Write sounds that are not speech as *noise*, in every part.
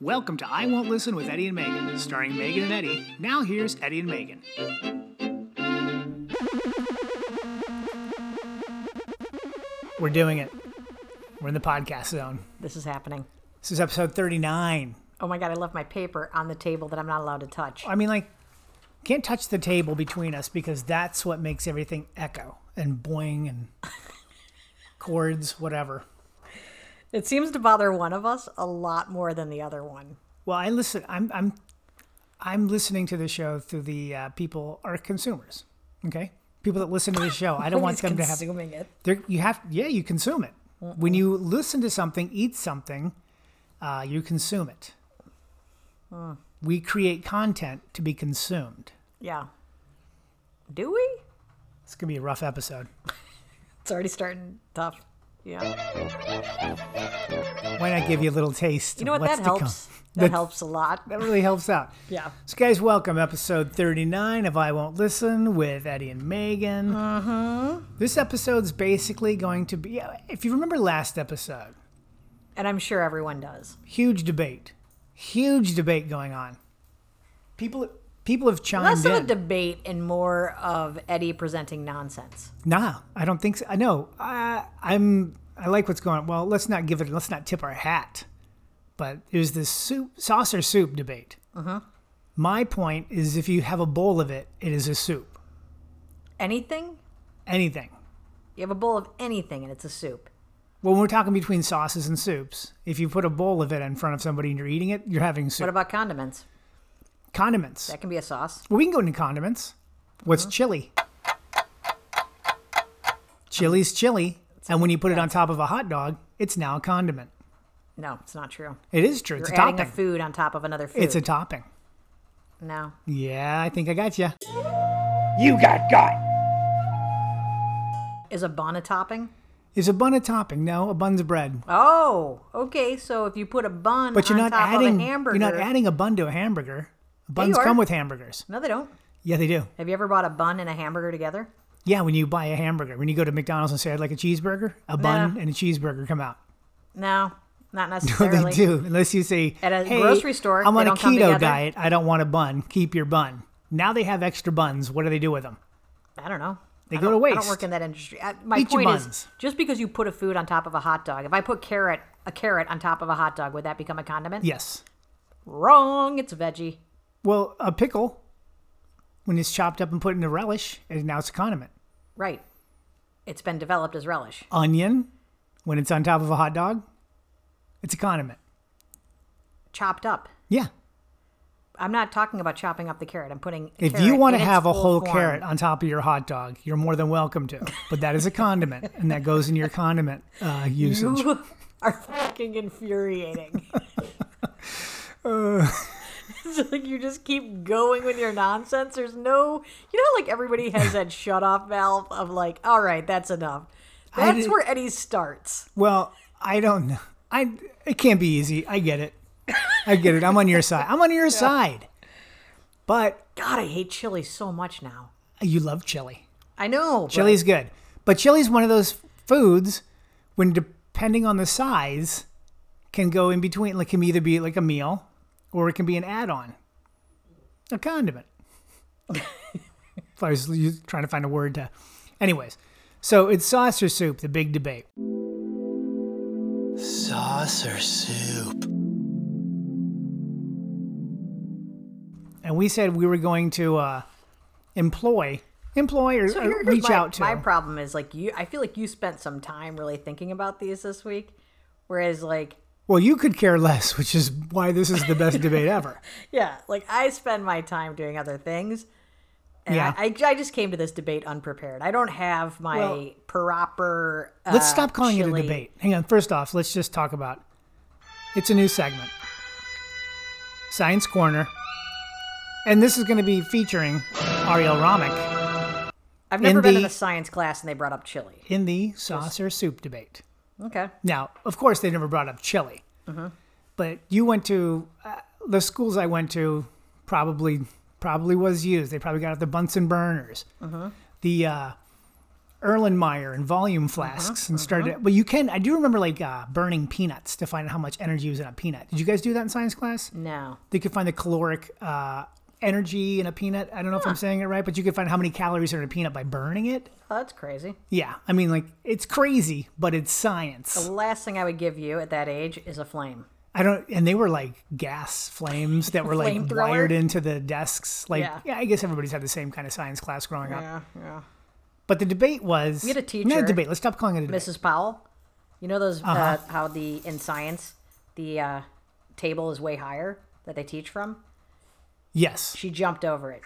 Welcome to I Won't Listen with Eddie and Megan, starring Megan and Eddie. Now here's Eddie and Megan. We're doing it. We're in the podcast zone. This is happening. This is episode 39. Oh my God, I left my paper on the table that I'm not allowed to touch. I mean, like, can't touch the table between us because that's what makes everything echo and boing and *laughs* chords, whatever. It seems to bother one of us a lot more than the other one. Well, I listen. I'm I'm I'm listening to the show through the uh, people are consumers. Okay, people that listen to the show. *laughs* I don't want He's them to have. consuming it. They're, you have yeah, you consume it. When you listen to something, eat something, uh, you consume it. Mm. We create content to be consumed. Yeah. Do we? It's gonna be a rough episode. It's already starting tough. Yeah. Why not give you a little taste? You know what? of what's That to come? *laughs* helps. That- That helps a lot. That really helps out. *laughs* Yeah. So, guys, welcome episode 39 of I Won't Listen with Eddie and Megan. Mm-hmm. This episode's basically going to be, if you remember last episode, And I'm sure everyone does. huge debate, huge debate going on. People, people have chimed Less in. of a debate and more of Eddie presenting nonsense. nah, I don't think so. I know. I, I'm. I like what's going on. Well, let's not give it. Let's not tip our hat. But there's this soup, saucer soup debate. Uh-huh. My point is, if you have a bowl of it, it is a soup. Anything? Anything. You have a bowl of anything and it's a soup. When we're talking between sauces and soups, if you put a bowl of it in front of somebody and you're eating it, you're having soup. What about condiments? condiments? That can be a sauce. Well, we can go into condiments. What's Uh-huh. chili? Chili's chili, and when you put it on top of a hot dog, it's now a condiment. No, it's not true. It is true. It's You're a adding topping. a food on top of another food. It's a topping. no. Yeah, I think I got you. You got got. Is a bun a topping? Is a bun a topping? No, a bun's bread. Oh, okay. So if you put a bun But you're on not top adding. of a hamburger, You're not adding a bun to a hamburger. Buns are. come with hamburgers. No, they don't. Yeah, they do. Have you ever bought a bun and a hamburger together? Yeah, when you buy a hamburger, when you go to McDonald's and say I'd like a cheeseburger, a bun and a cheeseburger come out. *laughs* No, not But necessarily. they do, unless you say At a "Hey, grocery store, I'm they on a don't come keto together." diet. I don't want a bun. Keep your bun. Now they have extra buns. What do they do with them? I don't know. They I go to don't- I waste. don't work in that industry. Uh, My Eat your point is, buns. just because you put a food on top of a hot dog, if I put carrot a carrot on top of a hot dog, would that become a condiment? Yes. Wrong. It's veggie. Well, a pickle, when it's chopped up and put in a relish, and now it's a condiment. Right. It's been developed as relish. Onion, when it's on top of a hot dog, it's a condiment. Chopped up. Yeah. I'm not talking about chopping up the carrot. I'm putting. a If you carrot want to in its have a full whole form. carrot on top of your hot dog, you're more than welcome to. But that is a condiment, and that goes in your condiment uh, usage. *laughs* You are *laughs* fucking infuriating. Uh, *laughs* it's like you just keep going with your nonsense. There's no, you know, like everybody *laughs* has that shut off valve of like, all right, that's enough. I That's did- where Eddie starts. Well, I don't know. I it can't be easy. I get it. I get it. I'm on your side. I'm on your side. But God, I hate chili so much now. you love chili. I know. Chili's good. But chili's one of those foods when depending on the size can go in between like can either be like a meal or it can be an add-on. A condiment. *laughs* if I was u- trying to find a word to Anyways, so it's saucer soup, the big debate. Saucer soup. and we said we were going to uh, employ employ or, So or here's reach my, out to my problem is like you. I feel like you spent some time really thinking about these this week, whereas like well you could care less which is why this is the best debate ever Yeah, like I spend my time doing other things. And Yeah. I, I, I just came to this debate unprepared. I don't have my Well, proper. Uh, let's stop calling it chili- a debate hang on first off let's just talk about it's a new segment science corner and this is going to be featuring ariel romick I've never in been in the- a science class and they brought up chili. in the saucer soup debate Okay. Now, of course, they never brought up chili, but you went to uh, the schools I went to. Probably, probably was used. They probably got out the Bunsen burners, the uh, Erlenmeyer and volume flasks and started. But you can. I do remember like uh, burning peanuts to find out how much energy was in a peanut. Did you guys do that in science class? No. They could find the caloric uh, energy in a peanut. I don't know if I'm saying it right, but you could find how many calories are in a peanut by burning it. Oh, *laughs* that's crazy. Yeah, I mean like it's crazy, but it's science. The last thing I would give you at that age is a flame. I don't. And they were like gas flames that were like Flamethrower? wired into the desks. Like yeah. Yeah. I guess everybody's had the same kind of science class growing up. Yeah, yeah. But the debate was had a Not teacher, a debate. Let's stop calling it a debate. Mrs. Powell, you know Uh-huh. those uh how the in science the uh, table is way higher that they teach from. Yes. She jumped over it.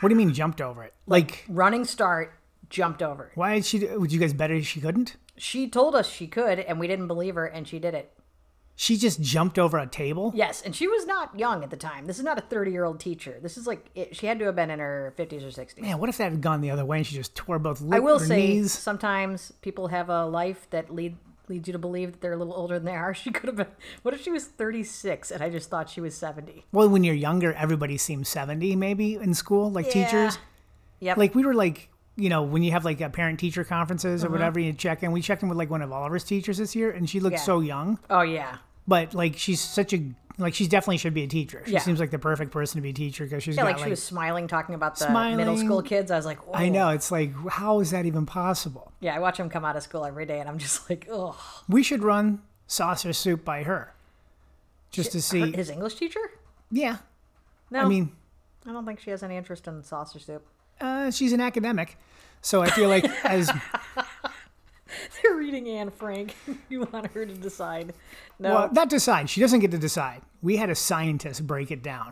What do you mean jumped over it? Like, Running start, jumped over it. why did she? Would you guys bet her she couldn't? She told us she could, and we didn't believe her, and she did it. She just jumped over a table. Yes, and she was not young at the time. This is not a thirty-year-old teacher. This is like it, she had to have been in her fifties or sixties. Man, what if that had gone the other way and she just tore both I will her say knees? sometimes people have a life that lead leads you to believe that they're a little older than they are. *laughs* She could have been. What if she was 36 and I just thought she was 70? Well, when you're younger, everybody seems seventy, maybe in school, like teachers. Yep. Like we were like, you know, when you have like a parent-teacher conferences Uh-huh. or whatever, you check in. We checked in with like one of Oliver's teachers this year, and she looked Yeah. so young, oh yeah. but like she's such a like she's definitely should be a teacher. She Yeah. seems like the perfect person to be a teacher because she's Yeah, got like, she was smiling talking about the middle Smiling. school kids. I was like, I "Whoa." know it's like how is that even possible? Yeah, I watch them come out of school every day, and I'm just like, oh, we should run saucer soup by her just to see his English teacher? yeah No, i mean I don't think she has any interest in saucer soup. uh, she's an academic so i *laughs* feel like as Oh. They're reading Anne Frank. *laughs* you want her to decide? No. well not decide she doesn't get to decide we had a scientist break it down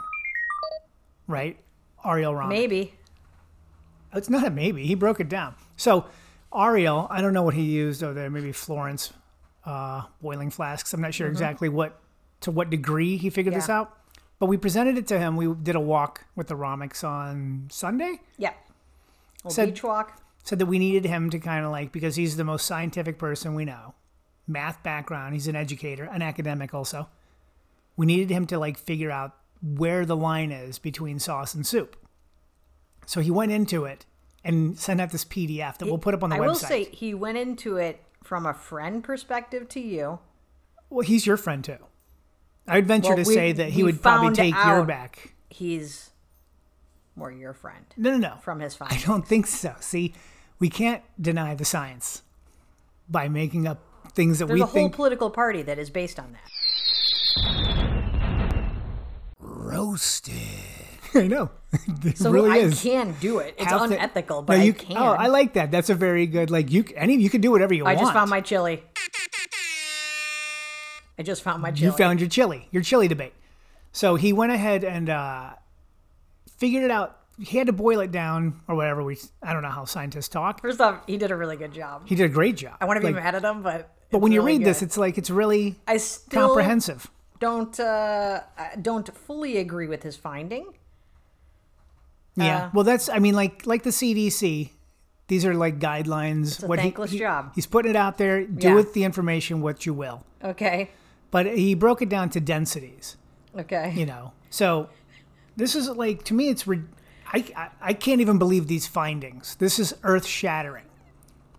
right ariel Ron. Maybe. it's not a maybe he broke it down so ariel i don't know what he used over there maybe florence uh, boiling flasks i'm not sure exactly what to what degree he figured this Yeah. out but we presented it to him we did a walk with the romics on sunday Yeah. Well, Said- beach walk. said that we needed him to kind of like because he's the most scientific person we know math background he's an educator an academic also we needed him to like figure out where the line is between sauce and soup so he went into it and sent out this pdf that we'll put up on the I website will say he went into it from a friend perspective to you. well he's your friend too i would venture Well, to we- say that he we would probably found take your out- back He's more your friend no no no from his i father. don't think so see we can't deny the science by making up things that There's we a whole think political party that is based on that. Roasted. *laughs* i know it So really I is can do it. It's Half the- unethical, No, but you I can. Oh, I like that. That's a very good. Like you, c- any you can do whatever you I want. just found my chili. I just found my chili. You found your chili, your chili debate. So he went ahead and uh, figured it out. He had to boil it down or whatever. We I don't know how scientists talk. First off, he did a really good job. He did a great job. I want to be like, mad at him, but But when you read this, it's like it's really I still comprehensive. don't uh, I don't fully agree with his finding. uh, Yeah. Well, that's I mean like like the CDC. These are like guidelines. It's a thankless job. He's putting it out there. Do Yeah. with the information what you will. Okay, But he broke it down to densities. okay. you know so this is like to me it's re- I, I i can't even believe these findings this is earth shattering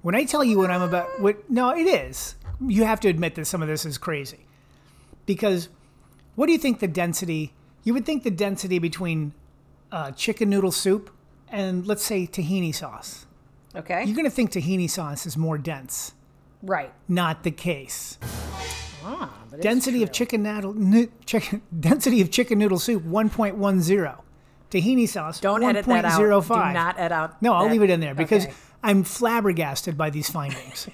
when i tell you what i'm about what no it is you have to admit that some of this is crazy because what do you think the density you would think the density between uh, chicken noodle soup and let's say tahini sauce Okay, you're going to think tahini sauce is more dense right. not the case Ah, but it's density of true. chicken noodle nu- chicken *laughs* density of chicken noodle soup 1.10 tahini sauce Don't edit that out. 1.05. Do not edit out. no i'll that. leave it in there because Okay. i'm flabbergasted by these *laughs* findings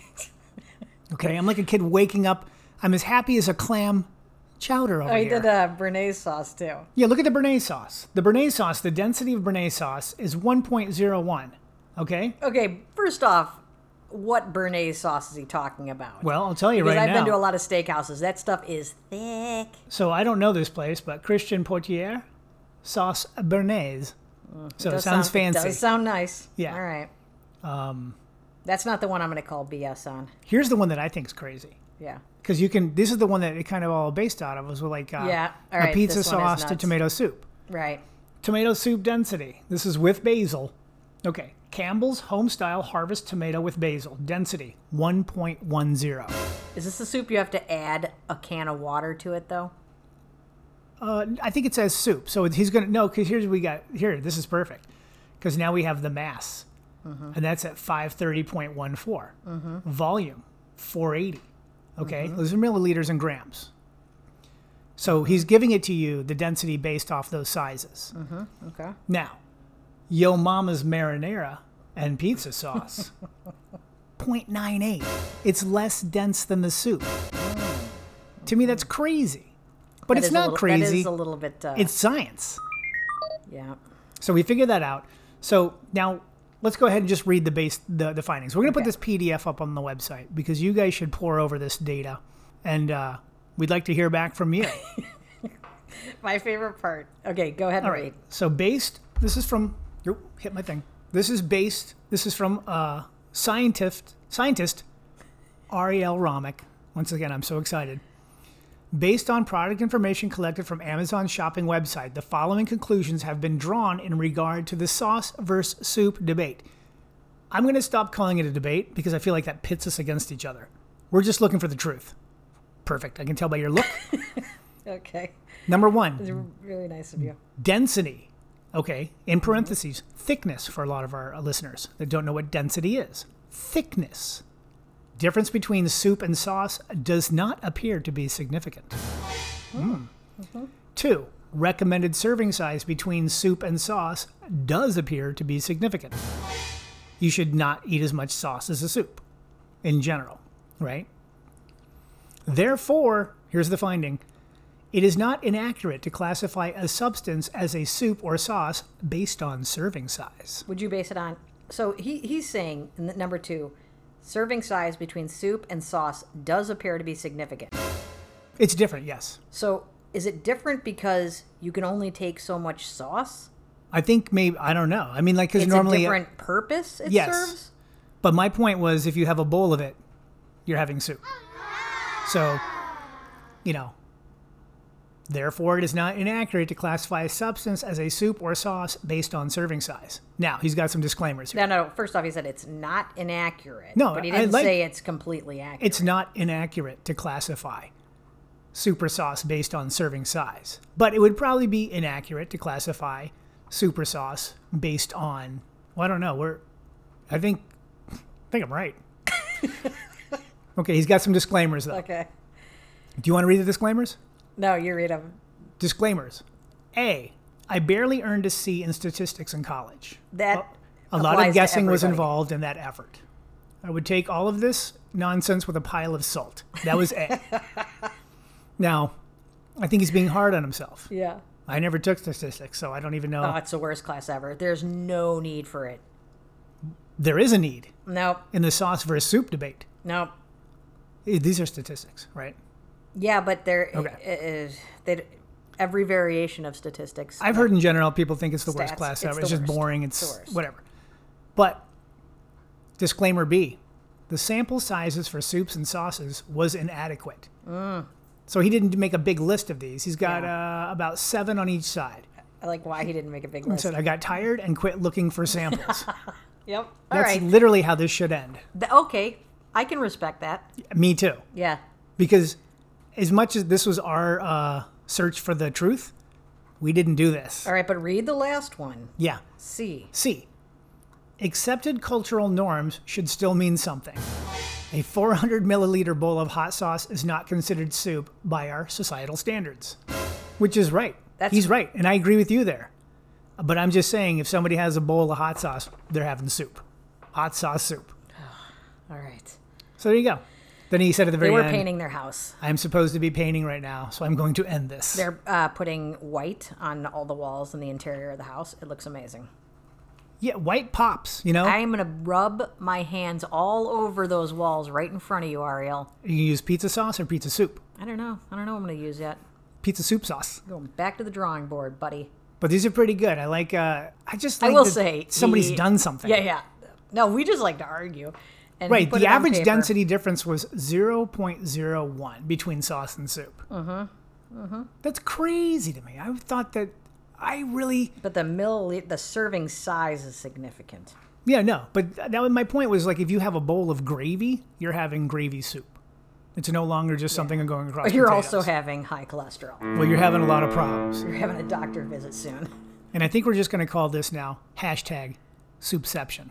okay i'm like a kid waking up i'm as happy as a clam chowder over Oh, he here did a béarnaise sauce too. yeah look at the bernaise sauce the bernaise sauce the density of bernaise sauce is 1.01 okay Okay, first off, what béarnaise sauce is he talking about? well i'll tell you because right I've now been to a lot of steakhouses. That stuff is thick. so i don't know this place but christian portier sauce bernaise so it Uh, Does sounds sound- fancy Does sound nice. Yeah. Um, All right. Um, that's not the one I'm going to call BS on. Here's the one that I think is crazy Yeah. because you can. This is the one that it kind of all based out of was like uh, Yeah, all a right, pizza this one is sauce to nuts. tomato soup. Right. Tomato soup density. This is with basil. Okay, Campbell's Homestyle Harvest Tomato with Basil. Density 1.10. Is this the soup you have to add a can of water to it though? Uh, I think it says soup. So he's going to, no, because here's what we got. Here, this is perfect. Because now we have the mass. Mm-hmm. And that's at 530.14. Volume 480. Okay. Mm-hmm. Those are milliliters and grams. So he's giving it to you, the density based off those sizes. Mm. Okay. Now, Yo Mama's marinara and pizza *laughs* sauce. 0.98. It's less dense than the soup. To me, that's crazy. But it's not Mm. Mm-hmm. That crazy. is a little bit. Uh, It's science. yeah. So we figured that out. So now let's go ahead and just read the base the, the findings. We're gonna put Okay. this PDF up on the website because you guys should pour over this data, and uh, we'd like to hear back from you. My favorite part. Okay, go ahead and All read. right. So based, this is from. oop, hit my thing. This is based. This is from uh, scientist scientist Ariel Romick. Once again, I'm so excited. Based on product information collected from Amazon's shopping website, the following conclusions have been drawn in regard to the sauce versus soup debate. I'm going to stop calling it a debate because I feel like that pits us against each other. We're just looking for the truth. Perfect. I can tell by your look. Okay. Number one, Really nice of you. density. Okay, in parentheses, thickness for a lot of our listeners that don't know what density is. Thickness. Difference between soup and sauce does not appear to be significant. Hmm. Two, recommended serving size between soup and sauce does appear to be significant. You should not eat as much sauce as a soup in general, right? Therefore, here's the finding it is not inaccurate to classify a substance as a soup or sauce based on serving size. Would you base it on? So he he's saying in the- number two, serving size between soup and sauce does appear to be significant. It's different, yes. So is it different because you can only take so much sauce? I think maybe I don't know. I mean, like because It's a normally, uh, different purpose it Yes. serves. but my point was, if you have a bowl of it, you're having soup. So, you know. Therefore, it is not inaccurate to classify a substance as a soup or sauce based on serving size. Now, he's got some disclaimers here. No, no. First off, he said it's not inaccurate. No, but he I didn't like- say it's completely accurate. it's not inaccurate to classify super sauce based on serving size, but it would probably be inaccurate to classify super sauce based on. Well, I don't know. We're, I think, I think I'm right. *laughs* okay, he's got some disclaimers though. okay. Do you want to read the disclaimers? No, you read them. Disclaimers. A. I barely earned a C in statistics in college. That A lot applies of to guessing was everybody. involved in that effort. I would take all of this nonsense with a pile of salt. That was *laughs* A. now, I think he's being hard on himself. Yeah. I never took statistics, so I don't even know. Oh, it's the worst class ever. There's no need for it. there is a need Nope. in the sauce versus soup debate. Nope. Eh, These are statistics, right? Yeah, but there Okay. okay. they d- every variation of statistics. I've heard in general people think it's the worst Stats, class it's ever. the It's just worst. boring. It's the It's worst. whatever. But disclaimer B, the sample sizes for soups and sauces was inadequate. Mm. So he didn't make a big list of these. He's got uh, about seven on each side. I like why he didn't make a big And list. said, I got tired and quit looking for *laughs* samples. Yep. All That's right. literally how this should end. Th- okay. I can respect that. Me too. Yeah. Because as much as this was our uh, search for the truth, we didn't do this. All right, but read the last one. Yeah. C. C. Accepted cultural norms should still mean something. A 400 milliliter bowl of hot sauce is not considered soup by our societal standards. Which is right. That's- He's right. And I agree with you there. But I'm just saying, if somebody has a bowl of hot sauce, they're having soup. Hot sauce soup. All right. So there you go. Then he said at the They very were end, painting their house. I'm supposed to be painting right now, so I'm going to end this. They're uh, putting white on all the walls and the interior of the house. It looks amazing. Yeah, white pops, you know? I'm gonna rub my hands all over those walls right in front of you, Ariel. you can use pizza sauce or pizza soup. I don't know. I don't know what I'm gonna use yet. Pizza soup sauce. Going back to the drawing board, buddy. But these are pretty good. I like. Uh, I just. Like I will that say somebody's the- done something. Yeah, yeah. No, we just like to argue. And Right. put The it on average paper. density difference was zero point zero one between sauce and soup. Mm-hmm. Mm-hmm. Uh-huh, That's crazy to me. I thought that. I really. but the mill, the serving size is significant. Yeah, no. But that was my point was like if you have a bowl of gravy, you're having gravy soup. It's no longer just something going across. You're potatoes. also having high cholesterol. well, you're having a lot of problems, You're having a doctor visit soon. *laughs* and I think we're just going to call this now hashtag soupception.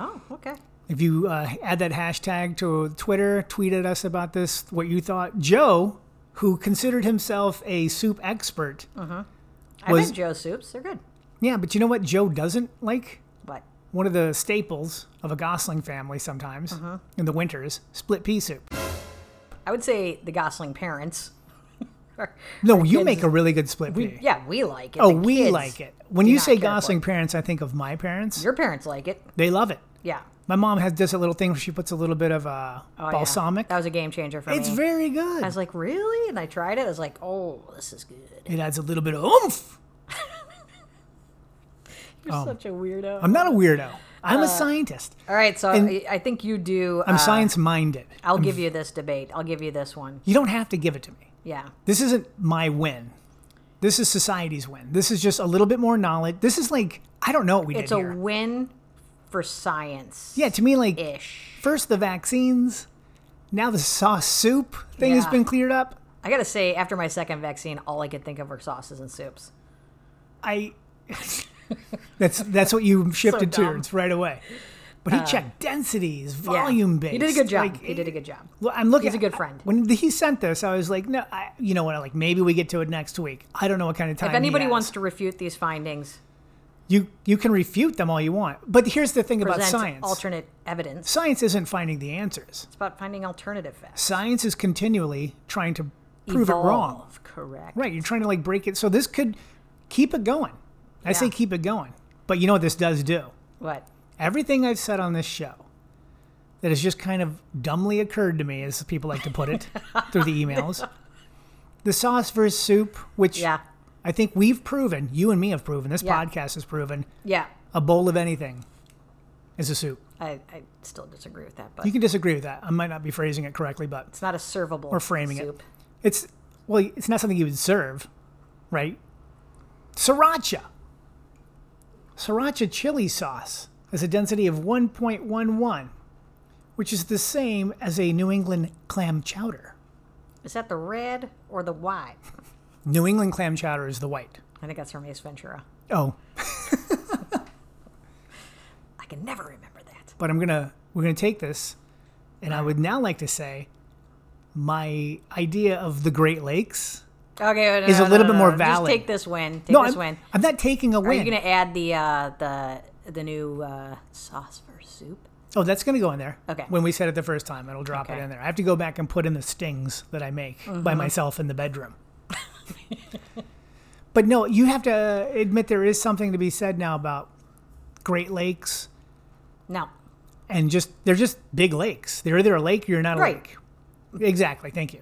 Oh, okay. If you uh, add that hashtag to Twitter, tweet at us about this, what you thought. Joe, who considered himself a soup expert, I Was- had Joe soups. They're good. yeah, but you know what Joe doesn't like? But One of the staples of a Gosling family sometimes Uh-huh. in the winters, split pea soup. I would say the Gosling parents. *laughs* are- No, you kids- make a really good split pea. yeah, we like it. oh, The we kids like it. When do you not say care for it. Gosling parents, I think of my parents. Your parents like it. They love it. Yeah. My mom has does a little thing where she puts a little bit of uh, Oh, yeah. balsamic. That was a game changer for It's me. very good. I was like, really? And I tried it. I was like, oh, this is good. it adds a little bit of oomph. You're Oh. such a weirdo. I'm not a weirdo. Uh, I'm a scientist. All right, so and- I, I think you do. I'm uh, science minded. I'll give you this debate. I'll give you this one. You don't have to give it to me. Yeah. This isn't my win. This is society's win. This is just a little bit more knowledge. This is like I don't know what we It's did a here. win for science yeah, to me, like ish. first the vaccines, now the sauce soup thing has Yeah. been cleared up. I got to say, after my second vaccine, all I could think of were sauces and soups. I *laughs* that's that's what you shifted dumb. Uh, towards right away. But he checked densities, volume based. He did a good job. he did a good job. Well, I'm looking. He's a good friend. When he sent this, I was like, no, I, you know what? Like maybe we get to it next week. I don't know what kind of time. If he anybody has. wants to refute these findings, you you can refute them all you want. But here's the thing about present science: alternate evidence. science isn't finding the answers. It's about finding alternative facts. Science is continually trying to prove it wrong. Evolve, Correct. Right? You're trying to like break it. So this could keep it going. I say Yeah. keep it going. But you know what this does do? What? everything I've said on this show that has just kind of dumbly occurred to me, as people like to put *laughs* it, through the emails. The sauce versus soup, which Yeah. I think we've proven, you and me have proven, this Yeah. podcast has proven, Yeah. a bowl of anything is a soup. I, I still disagree with that, but You can disagree with that. I might not be phrasing it correctly, but it's not a servable Or framing it. soup. it's, well, it's not something you would serve, right? Sriracha. Sriracha chili sauce has a density of 1.11, which is the same as a New England clam chowder. Is that the red or the white? New England clam chowder is the white. I think that's from Ace Ventura. Oh, I can never remember that. but I'm gonna we're gonna take this, and I would now like to say, my idea of the Great Lakes. Okay, no, Is no, a little bit no, no, more no. valid. Just take this win. Take No, this I'm, win. I'm not taking a Are win. you gonna add the uh, the the new uh, sauce for soup? Oh, that's gonna go in there. Okay. When we said it the first time, it'll drop it Okay. Mm-hmm. in there. I have to go back and put in the stings that I make by myself in the bedroom. *laughs* but no, you have to uh, admit there is something to be said now about Great Lakes No, and just they're just big lakes. They're either a lake or you're not a Right. lake. Exactly. Thank you.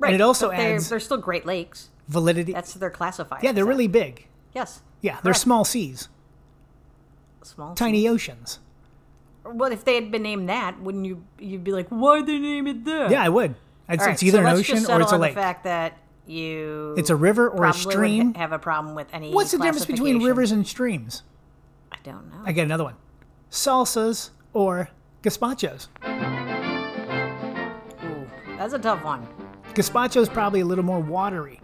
right. it also but they're, adds- they're still Great Lakes. Validity. That's what they're classified. yeah, they're as. really big. yes. Yeah, they're Correct. small seas, Small. tiny oceans. Well, if they had been named that, wouldn't you? You'd be like, why they name it that? Yeah, I would. I'd, All say right, it's either so an let's ocean just or it's a settle on lake. The fact that you It's a river or a probably would stream. ha- have a problem with any. What's the difference between classification. rivers and streams? I don't know. I got another one. Salsas or gazpachos. Ooh, that's a tough one. Gazpacho is probably a little more watery.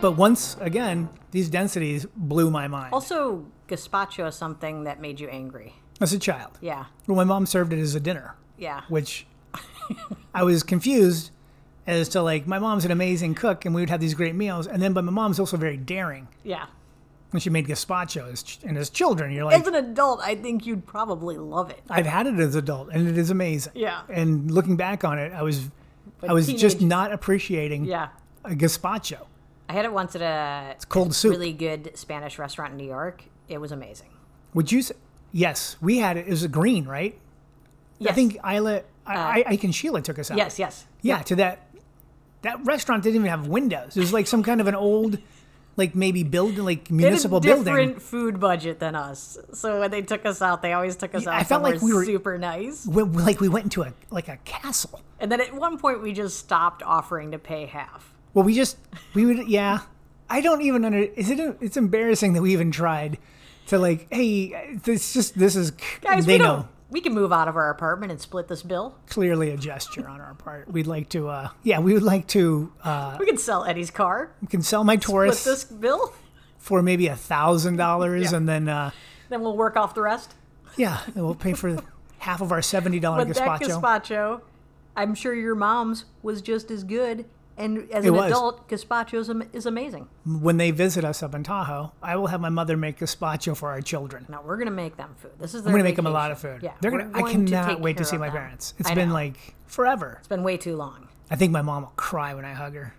But once again, these densities blew my mind Also, gazpacho is something that made you angry. as a child. Yeah, Well, my mom served it as a dinner, yeah. which *laughs* I was confused as to like, my mom's an amazing cook and we would have these great meals. And then, but my mom's also very daring. Yeah. And she made gazpacho as ch- and as children, you're like, As an adult, I think you'd probably love it. I've had it as an adult and it is amazing. Yeah. And looking back on it, I was, I was just teenage- not appreciating Yeah. a gazpacho. I had it once at a Cold soup. really good Spanish restaurant in New York. It was amazing. Would you say? Yes, we had it. It was a green, right? Yes. Uh, I think Isla, I, I, I can Sheila took us out. Yes, yes. Yeah, to that. That restaurant didn't even have windows. It was like some kind of an old, like maybe building, like They had municipal a different building. food budget than us. So when they took us out, they always took us Yeah, out I felt like somewhere we were- super nice. We, we- like we went into a like a castle. And then at one point, we just stopped offering to pay half. Well, we just we would yeah, I don't even under. Is it? It's embarrassing that we even tried to like. Hey, this just this is. Guys, they we know don't. We can move out of our apartment and split this bill. clearly a gesture on our part. We'd like to. Uh, yeah, we would like to. Uh, We can sell Eddie's car. we can sell my Split Taurus this bill. for maybe a *laughs* thousand dollars, and then uh, Then we'll work off the rest. yeah, and we'll pay for half of our seventy dollar *laughs* But that gazpacho. gazpacho, I'm sure your mom's was just as good. And as It an was. adult, gazpacho is, am- is amazing. when they visit us up in Tahoe, I will have my mother make gazpacho for our children. Now we're gonna make them food. This is their I'm gonna make them a lot of vacation. food. Yeah, they're we're gonna. I going to cannot take wait to care see of my them. parents. It's I been know. like forever. it's been way too long. I think my mom will cry when I hug her.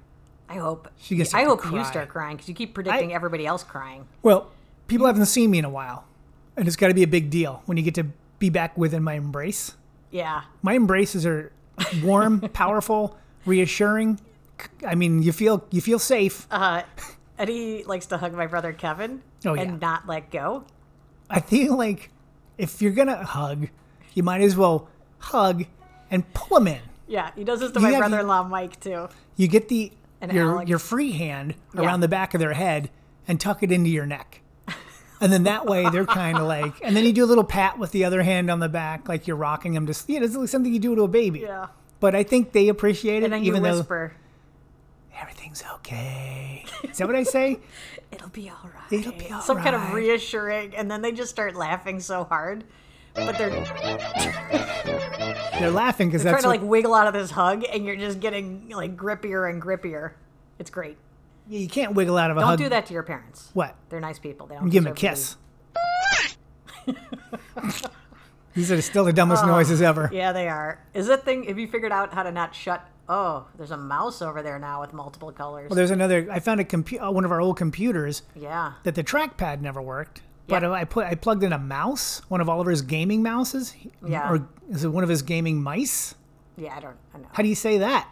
I hope She gets I to hope cry. you start crying because you keep predicting everybody else crying. Well, people haven't seen me in a while, and it's got to be a big deal when you get to be back within my embrace. Yeah, My embraces are *laughs* warm, powerful, reassuring. C- I mean, you feel you feel safe. uh, *laughs* Eddie likes to hug my brother Kevin Oh, yeah. and not let go. I feel like if you're gonna hug, you might as well hug and pull them in. Yeah, he does this to You my have- brother-in-law Mike too. You get the And your Alex- your free hand Yeah. around the back of their head and tuck it into your neck. And then that way they're kind *laughs* of like, and then you do a little pat with the other hand on the back, like you're rocking them to sleep. It's like something you do to a baby. Yeah, But I think they appreciate it, and then even you though whisper, everything's okay. Is that what I say? "It'll be all right." It'll be all Some kind of right. reassuring, and then they just start laughing so hard. But they're They're laughing because trying that's to what like wiggle out of this hug, and you're just getting like grippier and grippier. It's great. Yeah, you can't wiggle out of a Don't hug. do that to your parents. What? They're nice people. They don't Give him a deserve to kiss. These are still the dumbest noises ever. be- Oh. Yeah, they are. Is that thing? Have you figured out how to not shut? Oh, there's a mouse over there now with multiple colors. Well, there's another. I found a compu- uh, one of our old computers yeah. that the trackpad never worked. But Yeah. I put I plugged in a mouse, one of Oliver's gaming mouses, he- Yeah. or is it one of his gaming mice? Yeah, I don't. I know. How do you say that,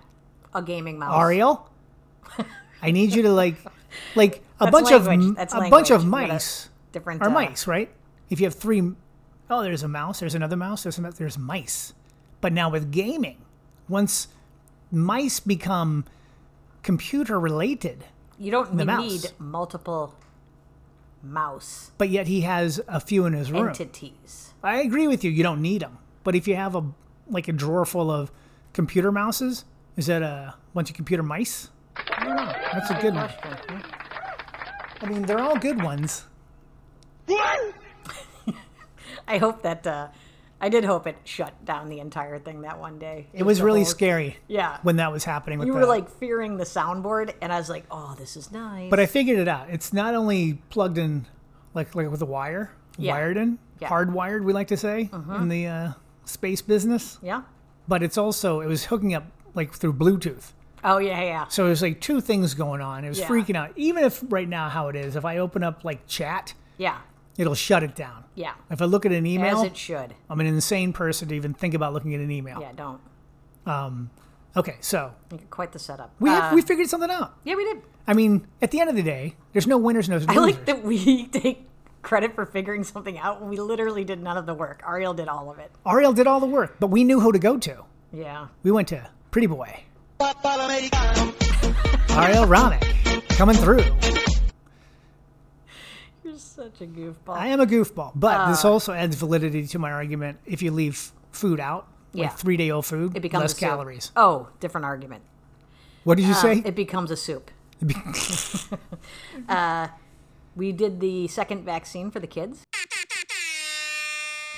A gaming mouse. *laughs* Ariel? I need you to like, like a That's bunch of language. m- That's a bunch of language. What a mice Different. are uh, mice, right? If you have three, m- oh, there's a mouse, there's another mouse, there's another, there's mice. But now with gaming, once mice become computer related, You don't The mouse. need multiple mouse but yet he has a few in his room. entities. I agree with you. You don't need them, but if you have a like a drawer full of computer mouses, is that a bunch of computer mice? I don't know. That's a good one. Question. I mean, they're all good ones. *laughs* I hope that. Uh, I did hope it shut down the entire thing that one day. It was really scary Yeah. when that was happening. With you the, were like fearing the soundboard, and I was like, "Oh, this is nice." but I figured it out. It's not only plugged in, like like with a wire, Yeah. wired in, Yeah. Uh-huh. hardwired. We like to say in the uh, space business, yeah. but it's also it was hooking up like through Bluetooth. Oh yeah, yeah. So it was like two things going on. It was Yeah. freaking out. Even if right now how it is, if I open up like chat, Yeah. it'll shut it down. Yeah. If I look at an email, As it should. I'm an insane person to even think about looking at an email. Yeah, don't. Okay, so You got Quite the setup. we Uh, have, we figured something out. yeah, we did. I mean, at the end of the day, there's no winners, no losers. I like that we *laughs* take credit for figuring something out. We literally did none of the work. Ariel did all of it. Ariel did all the work, but we knew who to go to. Yeah. We went to Pretty Boy. Ariel Romick coming through. You're such a goofball. I am a goofball, but Ah. this also adds validity to my argument. If you leave food out, Yeah. like three day old food, it becomes less a soup. calories. Oh, different argument. What did you say? It becomes *laughs* a soup. Uh, Be- We did the second vaccine for the kids.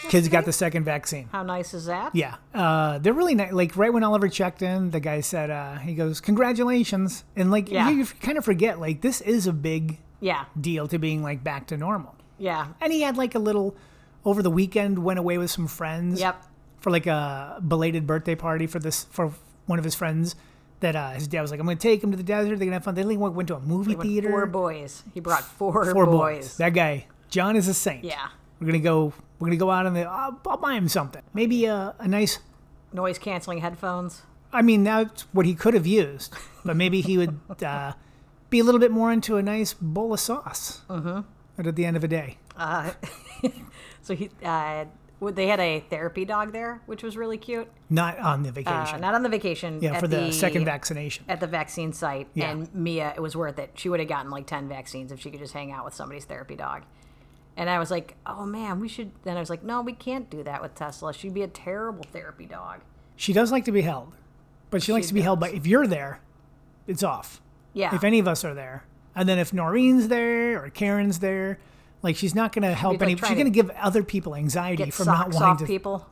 Kids got the second vaccine. How nice is that? Yeah, uh, they're really nice. Like right when Oliver checked in, the guy said, uh, "He goes, congratulations," and like Yeah. you, you kind of forget like this is a big Yeah. deal to being like back to normal. Yeah. And he had like a little over the weekend went away with some friends Yep. for like a belated birthday party for this for one of his friends. That uh, his dad was like, "I'm going to take him to the desert. They're going to have fun." They like, went went to a movie With theater. Four boys. He brought four, Four boys. That guy, John, is a saint. Yeah. we're gonna go. We're gonna go out on the. I'll, I'll buy him something. Maybe a, a nice Noise canceling headphones. I mean, that's what he could have used, but maybe he would *laughs* uh, be a little bit more into a nice bowl of sauce. Mm-hmm. But at the end of the day, Uh, so he, uh, Well, They had a therapy dog there, which was really cute. Not on the Uh, vacation. not on the vacation. yeah, at for the, second vaccination. at the vaccine site. Yeah. And Mia, it was worth it. She would have gotten like ten vaccines if she could just hang out with somebody's therapy dog. And I was like, oh man, we should. Then I was like, no, we can't do that with Tesla. She'd be a terrible therapy dog. She does like to be held, but she likes to She be held by. If you're there, it's off. Yeah. If any of us are there, and then if Noreen's there or Karen's there, like she's not going to help like, any. trying she's to going to give other people anxiety Get from not socks off wanting to. people,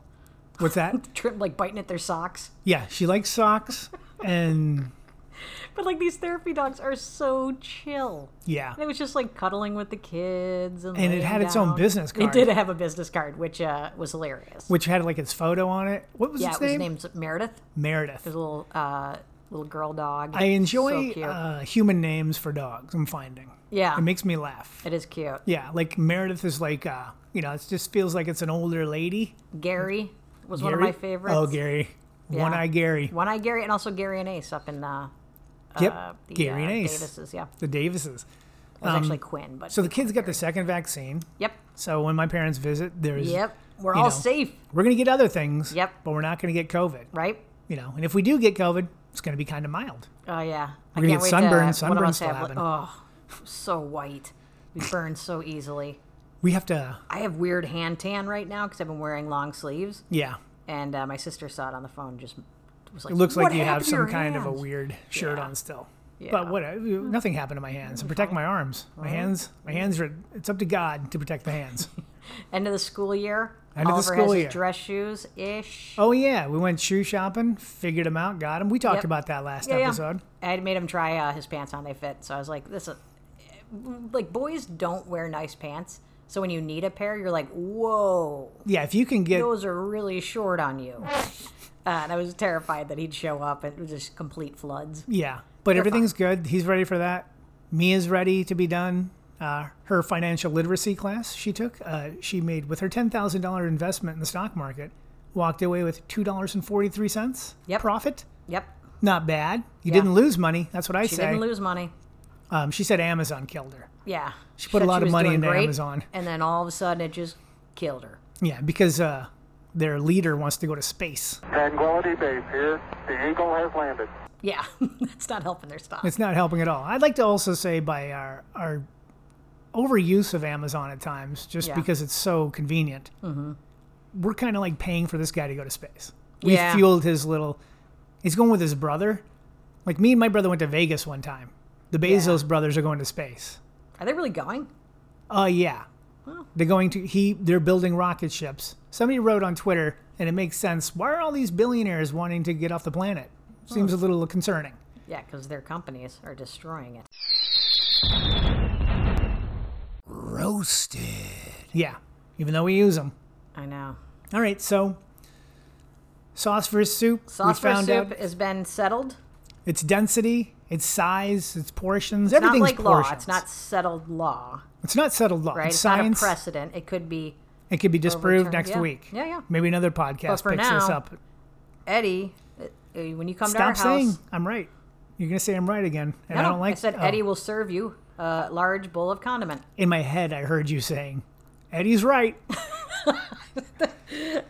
What's *laughs* that? trim, like biting at their socks. *laughs* Yeah, she likes socks, and But like these therapy dogs are so chill. yeah, And it was just like cuddling with the kids, and And it laying had its own down. business card. It did have a business card, which uh, was hilarious. which had like its photo on it. What was yeah, its it was name? named Meredith, Meredith. the little uh, little girl dog. I enjoy so cute. uh, human names for dogs. I'm finding yeah, it makes me laugh. it is cute. Yeah, like Meredith is like uh, you know, it just feels like it's an older lady. Gary was one of Gary? my favorites. Oh, Gary. Yeah. Uh, One Eye Gary. One Eye Gary, and also Gary and Ace up in uh, Yep. uh, the Gary uh, and Ace. Davises. Yeah, it The Davises. was actually Quinn, but So the kids got the second vaccine. yep, So when my parents visit, there's yep, we're you all know, safe, We're gonna get other things. Yep. But we're not gonna get COVID. right? You know, and if we do get COVID, it's gonna be kind of mild. Oh yeah, I We're gonna can't get wait sunburn. to one of Sunburn's us still have, like, happening. Oh, so white. We burn so easily. We have to. I have weird hand tan right now because I've been wearing long sleeves, Yeah. and uh, my sister saw it on the phone. and Just was like, It looks "What like you have happened to some your kind of a hands?" weird shirt Yeah. on still. Yeah. Uh-huh. But what? uh, Nothing happened to my hands. And protect my arms. My hands. My hands are. It's up to God to protect the hands. *laughs* End of the school year. End of the Oliver school has year. his dress shoes ish. Oh yeah, we went shoe shopping, figured them out, got them. We talked Yep. about that last Yeah, yeah. episode. I had made him try uh, his pants on. They fit, so I was like, "This is like boys don't wear nice pants." So when you need a pair, you're like, "Whoa, Yeah, if you can get those are really short on you." Uh, and I was terrified that he'd show up and it was just complete floods. yeah, but everything's good. He's ready for that. Mia's ready to be done. Uh, her financial literacy class she took, uh, she made with her ten thousand dollar investment in the stock market, walked away with two dollars and forty three cents Yep. profit. Yep, Not bad. You Yeah. didn't lose money. That's what I she say. didn't lose money. um, she said Amazon killed her. Yeah, she put a said lot of was money doing into Amazon. and then all of a sudden it just killed her. Yeah, because uh, their leader wants to go to space. Tranquility Base here. The Eagle has landed. Yeah, *laughs* that's not helping their stock. It's not helping at all. I'd like to also say by our our overuse of Amazon at times, just Yeah. Mm-hmm. because it's so convenient, we're kind of like paying for this guy to go to space. We Yeah. fueled his little. He's going with his brother. Like me and my brother went to Vegas one time. The Bezos brothers are going to space. Are they really going? Oh yeah, they're going to he. They're building rocket ships. Somebody wrote on Twitter, and it makes sense. Why are all these billionaires wanting to get off the planet? Seems a little concerning. Yeah, because their companies are destroying it. Roasted. Yeah, even though we use them. I know. All right, so sauce for his soup. Sauce we for found soup out has been settled. its density, its size, its portions. It's not everything's like law. portions. It's not settled law, It's not settled law. right? It's It's, not a science. precedent. It could be it could be disproved overturned. next Yeah. week. Yeah, yeah. Maybe another podcast But for picks this now, up. Eddie. uh, uh, When you come to our Stop saying house, I'm right. You're gonna say I'm right again, and no, I no, don't like. I said oh. Eddie will serve you a large bowl of condiment. In my head, I heard you saying, "Eddie's right,"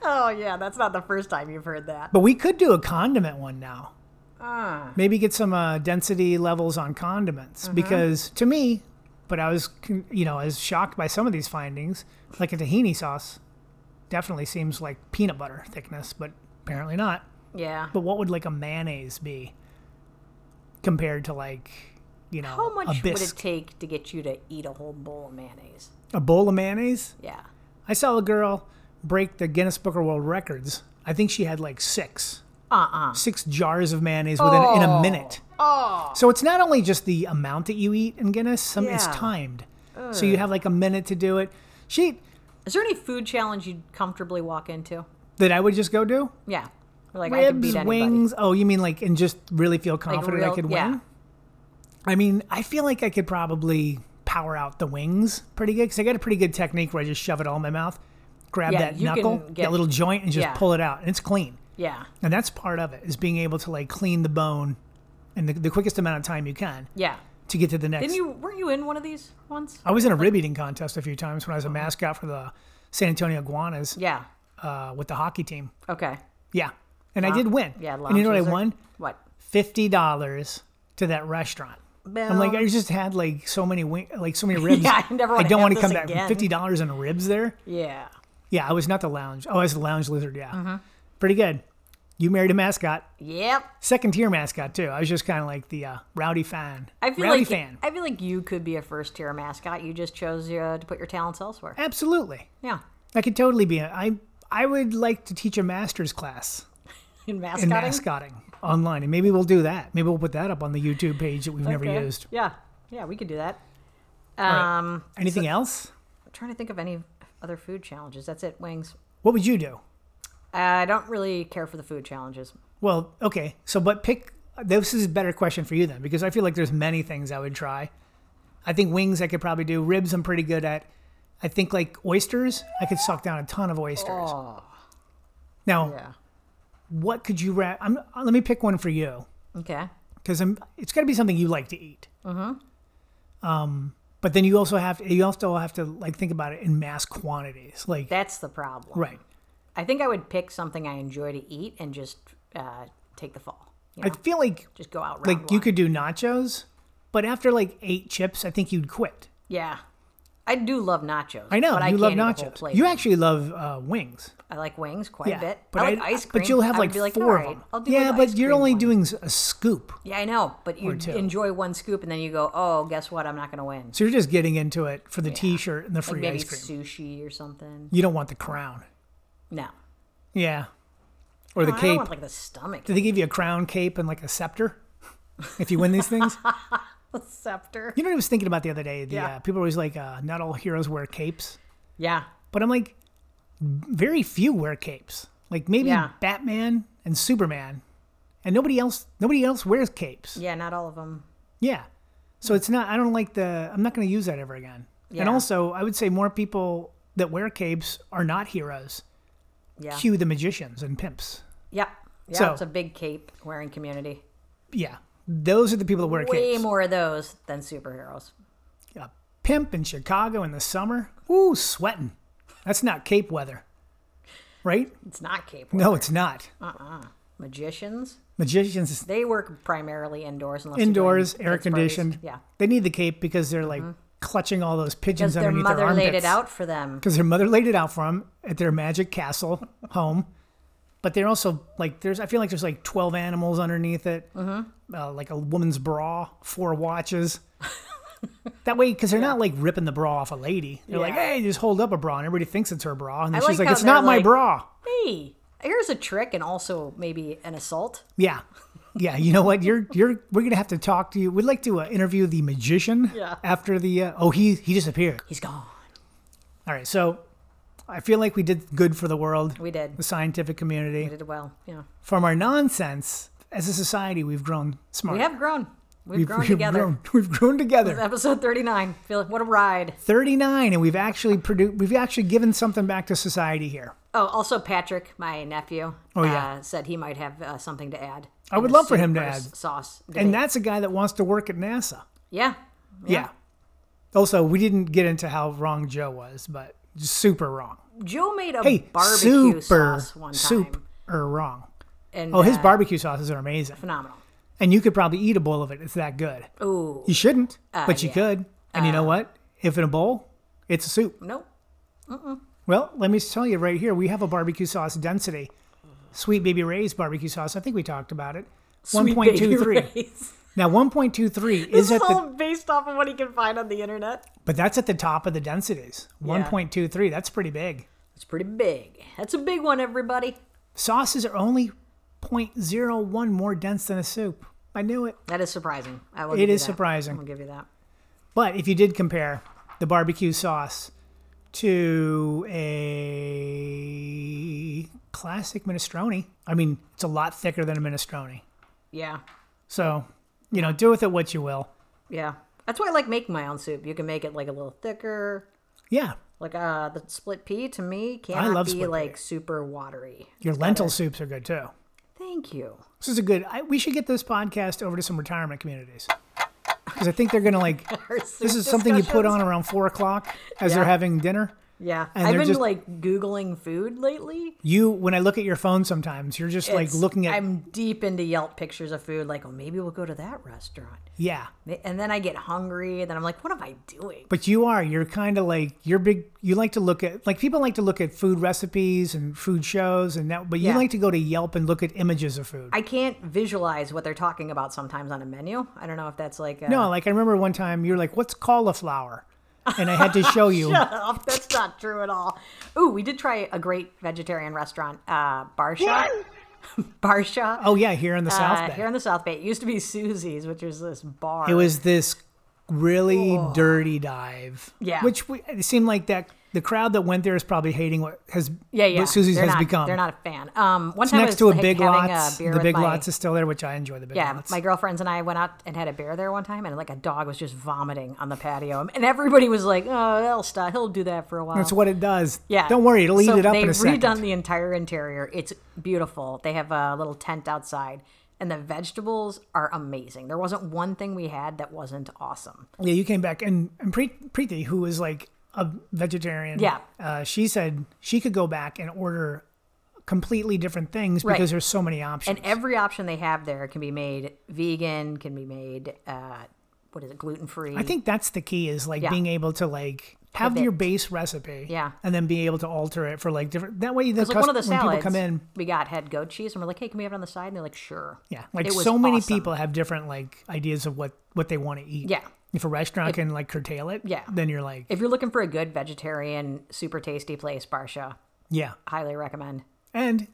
Oh yeah, that's not the first time you've heard that. but we could do a condiment one now. Ah. Maybe get some uh, density levels on condiments Uh-huh. because to me, but I was con- you know I was shocked by some of these findings. Like a tahini sauce, definitely seems like peanut butter thickness, but apparently not. Yeah. But what would like a mayonnaise be compared to like you know How much a would it bisque, take to get you to eat a whole bowl of mayonnaise? a bowl of mayonnaise? Yeah. I saw a girl break the Guinness Book of World Records. I think she had like six. Uh-uh. six jars of mayonnaise within in a Oh. minute. So it's not only just the amount that you eat in Guinness, some it's Yeah. timed. So you have like a minute to do it. She Is there any food challenge you'd comfortably walk into? that I would just go do Yeah. Like I could ribs, beat anybody. wings. Oh, you mean like and just really feel Like confident I real- could win? yeah. I mean, I feel like I could probably power out the wings pretty good because I got a pretty good technique where I just shove it all in my mouth, grab Yeah, that you can knuckle, get- that little joint, and just yeah. pull it out, and it's clean. Yeah. And that's part of it is being able to like clean the bone in the, the quickest amount of time you can Yeah. to get to the next. Didn't you weren't you in one of these once? Oh. I was in a rib eating contest a few times when I was a mascot for the San Antonio Iguanas. Yeah. uh, with the hockey team. Okay. Yeah, and I did win. Yeah. and you know what I lounges are- won? What? Fifty dollars to that restaurant. I'm like, I just had like so many wing, like so many ribs. *laughs* Yeah, I never wanna don't have wanna this come again. back. Fifty dollars in ribs there. Yeah. Yeah, I was not the lounge. Oh, I was the lounge lizard. Yeah, Mm-hmm. pretty good. You married a mascot, Yep. second tier mascot too. I was just kind of like the uh, rowdy fan. I feel rowdy like fan. I feel like you could be a first tier mascot. You just chose uh, to put your talents elsewhere. Absolutely, Yeah. *laughs* I could totally be. A, I I would like to teach a master's class In mascotting. in mascotting online, and maybe we'll do that. Maybe we'll put that up on the YouTube page that we've never Okay. used. Yeah. Yeah, we could do that. right. Um Anything else? I'm trying to think of any other food challenges. That's it, wings. What would you do? I don't really care for the food challenges. Well, okay. So, but pick. This is a better question for you then, because I feel like there's many things I would try. I think wings I could probably do. Ribs I'm pretty good at. I think like oysters, I could suck down a ton of oysters. now, Yeah. what could you? Ra- I'm, let me pick one for you, Okay. because I'm. It's got to be something you like to eat. Mm-hmm. Um, Uh-huh. but then you also have you also have to like think about it in mass quantities, like That's the problem. right. I think I would pick something I enjoy to eat and just uh, take the fall. You know, I feel like just go out. like round you one. could do nachos, but after like eight chips, I think you'd quit. Yeah. I do love nachos. I know but I you love can't eat a whole nachos. plate. You actually love uh, wings. I like wings quite a bit. but I like I- ice cream. But you'll have I would like be four like, of "Alright, them. I'll do yeah, an but ice you're cream only one." doing s- a scoop, Yeah, I know, but you two. enjoy one scoop and then you go, "Oh, guess what? I'm not going to win." so you're just getting into it for the T-shirt and the Like free maybe ice cream. sushi or something. You don't want the crown, No. yeah, or the I don't cape. want like the stomach Do they give you a crown, cape, and like a scepter if you win *laughs* these things? scepter. you know what I was thinking about the other day? The Yeah. uh, people are always like, uh, not all heroes wear capes, Yeah. but I'm like, very few wear capes. Like maybe Yeah. Batman and Superman, and nobody else. Nobody else wears capes. Yeah, not all of them. Yeah. So it's not, I don't like the, I'm not going to use that ever again. And Yeah. also, I would say more people that wear capes are not heroes. Yeah. Cue the magicians and pimps. Yeah. Yeah, So- it's a big cape wearing community. Yeah. Those are the people that wear Way capes. more of those than superheroes. A pimp in Chicago in the summer. Ooh, sweating. That's not cape weather. Right? It's not cape. uh-uh. No, it's not. Magicians, Magicians they work primarily indoors unless you're doing indoors, dance air parties. conditioned. Yeah. They need the cape because they're like clutching all those pigeons Mm-hmm. Because their underneath mother their armpits. laid it out for them. because their mother laid it out for them at their magic castle home. But they're also like there's I feel like there's like twelve animals underneath it, mm-hmm. uh, like a woman's bra, four watches. *laughs* that way, because they're not like ripping the bra off a lady. They're like, Yeah. hey, just hold up a bra, and everybody thinks it's her bra, and then I she's like like, how it's they're not my like- bra. Hey, here's a trick and also maybe an assault. Yeah, yeah. You know what? You're you're we're gonna have to talk to you. We'd like to uh, interview the magician Yeah. after the uh, oh he he disappeared. He's gone. All right, so I feel like we did good for the world, We did. the scientific community. We did well. Yeah. from our nonsense as a society we've grown smart We have grown. We've, grown together. grown, *laughs* we've grown together Episode 39. Feel what a ride. 39 and we've actually produced we've actually given something back to society here Oh, also Patrick, my nephew, Oh, yeah. uh, said he might have uh, something to add. I in would the love for him to super add. sauce. and debate. that's a guy that wants to work at nasa yeah, yeah, also we didn't get into how wrong joe was but just super wrong Joe made a hey barbecue super sauce one time, soup or wrong and oh his uh, barbecue sauces are amazing phenomenal. and you could probably eat a bowl of it it's that good Ooh, Uh, you shouldn't but you yeah. Uh. could and you know what if in a bowl it's a soup nope. Well, let me tell you right here, we have a barbecue sauce density. Sweet Baby Ray's barbecue sauce. I think we talked about it. One Sweet point baby two three. rays. *laughs* Now, one point two three This is at is *laughs* all the, based off of what he can find on the internet. but that's at the top of the densities. One point two three. That's pretty big. It's pretty big. That's a big one, everybody. Sauces are only 0.01 more dense than a soup. I knew it. That is surprising. I will. It give you is that. surprising. I'll give you that. But if you did compare the barbecue sauce to a classic minestrone, I mean, it's a lot thicker than a minestrone. Yeah, So, you know, do with it what you will. yeah. That's why I like making my own soup. You can make it like a little thicker. Yeah, Like uh, the split pea to me cannot love be split like super watery. Your lentil soups are good too. Thank you. This is a good. I, we should get this podcast over to some retirement communities because I think they're gonna like. Our *laughs* This soup is something you put discussions. on around four o'clock as they're Yeah. having dinner, Yeah. And I've they're been just- like Googling food lately. You, when I look at your phone sometimes, you're just like It's- looking at, I'm deep into Yelp pictures of food, like, oh, maybe we'll go to that restaurant. yeah. And then I get hungry, and then I'm like, what am I doing? But you are, you're kind of like, you're big, you like to look at, like people like to look at food recipes and food shows and that, but you Yeah. like to go to Yelp and look at images of food. I can't visualize what they're talking about sometimes on a menu. I don't know if that's like a, no, like I remember one time you're like, what's cauliflower? And I had to show *laughs* you. Oh, that's not true at all. Ooh, we did try a great vegetarian restaurant, uh, Barsha. *laughs* Barsha. Oh yeah, here in the South uh, Bay. here in the South Bay. It used to be Susie's, which is this bar. it was this really dirty dive. Yeah. Which we, it seemed like that the crowd that went there is probably hating what has yeah, yeah. what Susie's They're has not, become. They're not a fan. Um, one It's time I next was, to a like, Big having Lots. A beer the with Big my, Lots is still there, which I enjoy. The Big Yeah, Lots. my girlfriends and I went out and had a beer there one time, and like a dog was just vomiting on the patio, and everybody was like, "Oh, he'll stop. He'll do that for a while." That's what it does. Yeah. Don't worry, it'll so eat it up in a They've redone second. the entire interior. It's beautiful. They have a little tent outside, and the vegetables are amazing. There wasn't one thing we had that wasn't awesome. yeah, you came back and and Pre- Preeti, who is like a vegetarian. Yeah. Uh, she said she could go back and order completely different things Right. because there's so many options. And every option they have there can be made vegan, can be made, uh, what is it, gluten free. I think that's the key is like Yeah. being able to like have Pivot. your base recipe, Yeah. and then be able to alter it for like different. That way, the It's like one of the cust- when salads people come in, we got had goat cheese, and we're like, "Hey, can we have it on the side?" And they're like, "Sure." yeah, like It was so many awesome. people have different like ideas of what what they want to eat. Yeah. if a restaurant can like curtail it, Yeah. then you're like, If you're looking for a good vegetarian, super tasty place, Barsha, yeah. highly recommend. And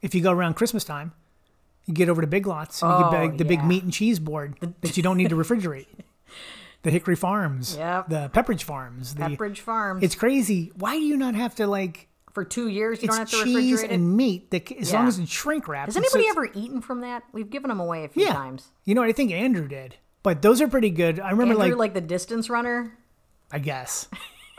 if you go around Christmas time, you get over to Big Lots and you get Oh, big, the big yeah. meat and cheese board that you don't need to refrigerate. The Hickory Farms, *laughs* Yep. the Pepperidge Farms, the Pepperidge Farms. it's crazy. Why do you not have to like? for two years. You it's don't have to cheese refrigerate it. and meat that c- as long Yeah. as it's shrink wrapped. Has anybody ever eaten from that? We've given them away a few yeah. times. You know, I think Andrew did, but those are pretty good. I remember, Andrew, like, like, the distance runner. I guess,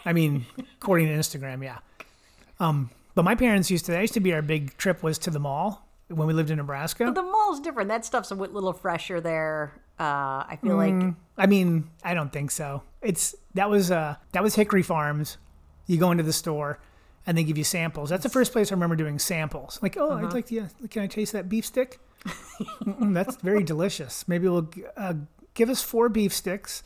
I mean, *laughs* according to Instagram, yeah. Um, but my parents used to. That used to be our big trip was to the mall when we lived in Nebraska. The mall's different. That stuff's a wit- little fresher there. Uh, I feel like I mean, I don't think so. It's that was uh that was Hickory Farms. You go into the store and they give you samples. That's the first place I remember doing samples. Like, oh, Uh-huh. I'd like to. Yeah, can I taste that beef stick? Mm-mm, that's very delicious. Maybe we'll uh, give us four beef sticks.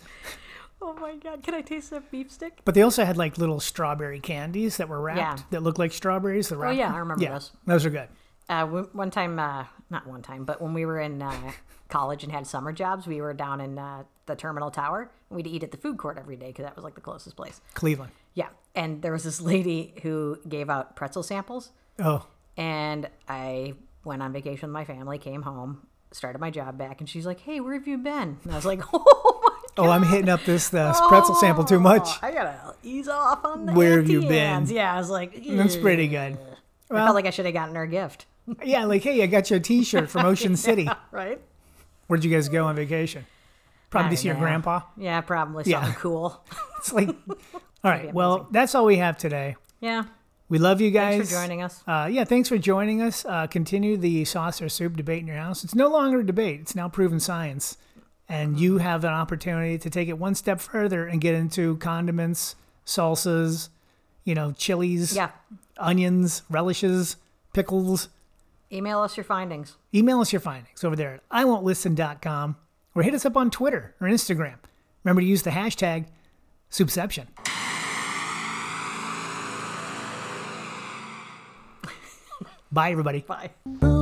oh my god, can I taste that beef stick? But they also had like little strawberry candies that were wrapped Yeah. Oh, that looked like strawberries. The wrap. yeah, I remember yeah, those. Those are good. Uh, we- one time, uh, not one time, but when we were in uh, *laughs* college and had summer jobs, we were down in uh, the terminal tower. and We'd eat at the food court every day because that was like the closest place. Cleveland. Yeah, and there was this *laughs* lady who gave out pretzel samples. Oh, and I went on vacation with my family, came home, started my job back, and she's like, "Hey, where have you been?" And I was like, *laughs* "Oh my god, oh, I'm hitting up this *laughs* the pretzel sample too much. I gotta ease off on the Where have you auntie been? hands." Yeah, I was like, That's "Ugh." pretty good. I felt like I should have gotten her *laughs* a gift, Yeah, like hey, I got you a T-shirt from Ocean City. right? Where'd you guys go on vacation? Probably to see your know. grandpa. Yeah, probably Yeah. something cool. It's *laughs* like, all right. Well, that's all we have today. Yeah, We love you guys. thanks for joining us. Uh, yeah, thanks for joining us. Uh, continue the sauce or soup debate in your house. It's no longer a debate. It's now proven science, and you Mm-hmm. have an opportunity to take it one step further and get into condiments, salsas, you know, chilies, Yeah, onions, relishes, pickles. email us your findings. email us your findings over there at iwontlisten.com or hit us up on Twitter or Instagram. Remember to use the hashtag Subception. Bye, everybody. Bye. Ooh,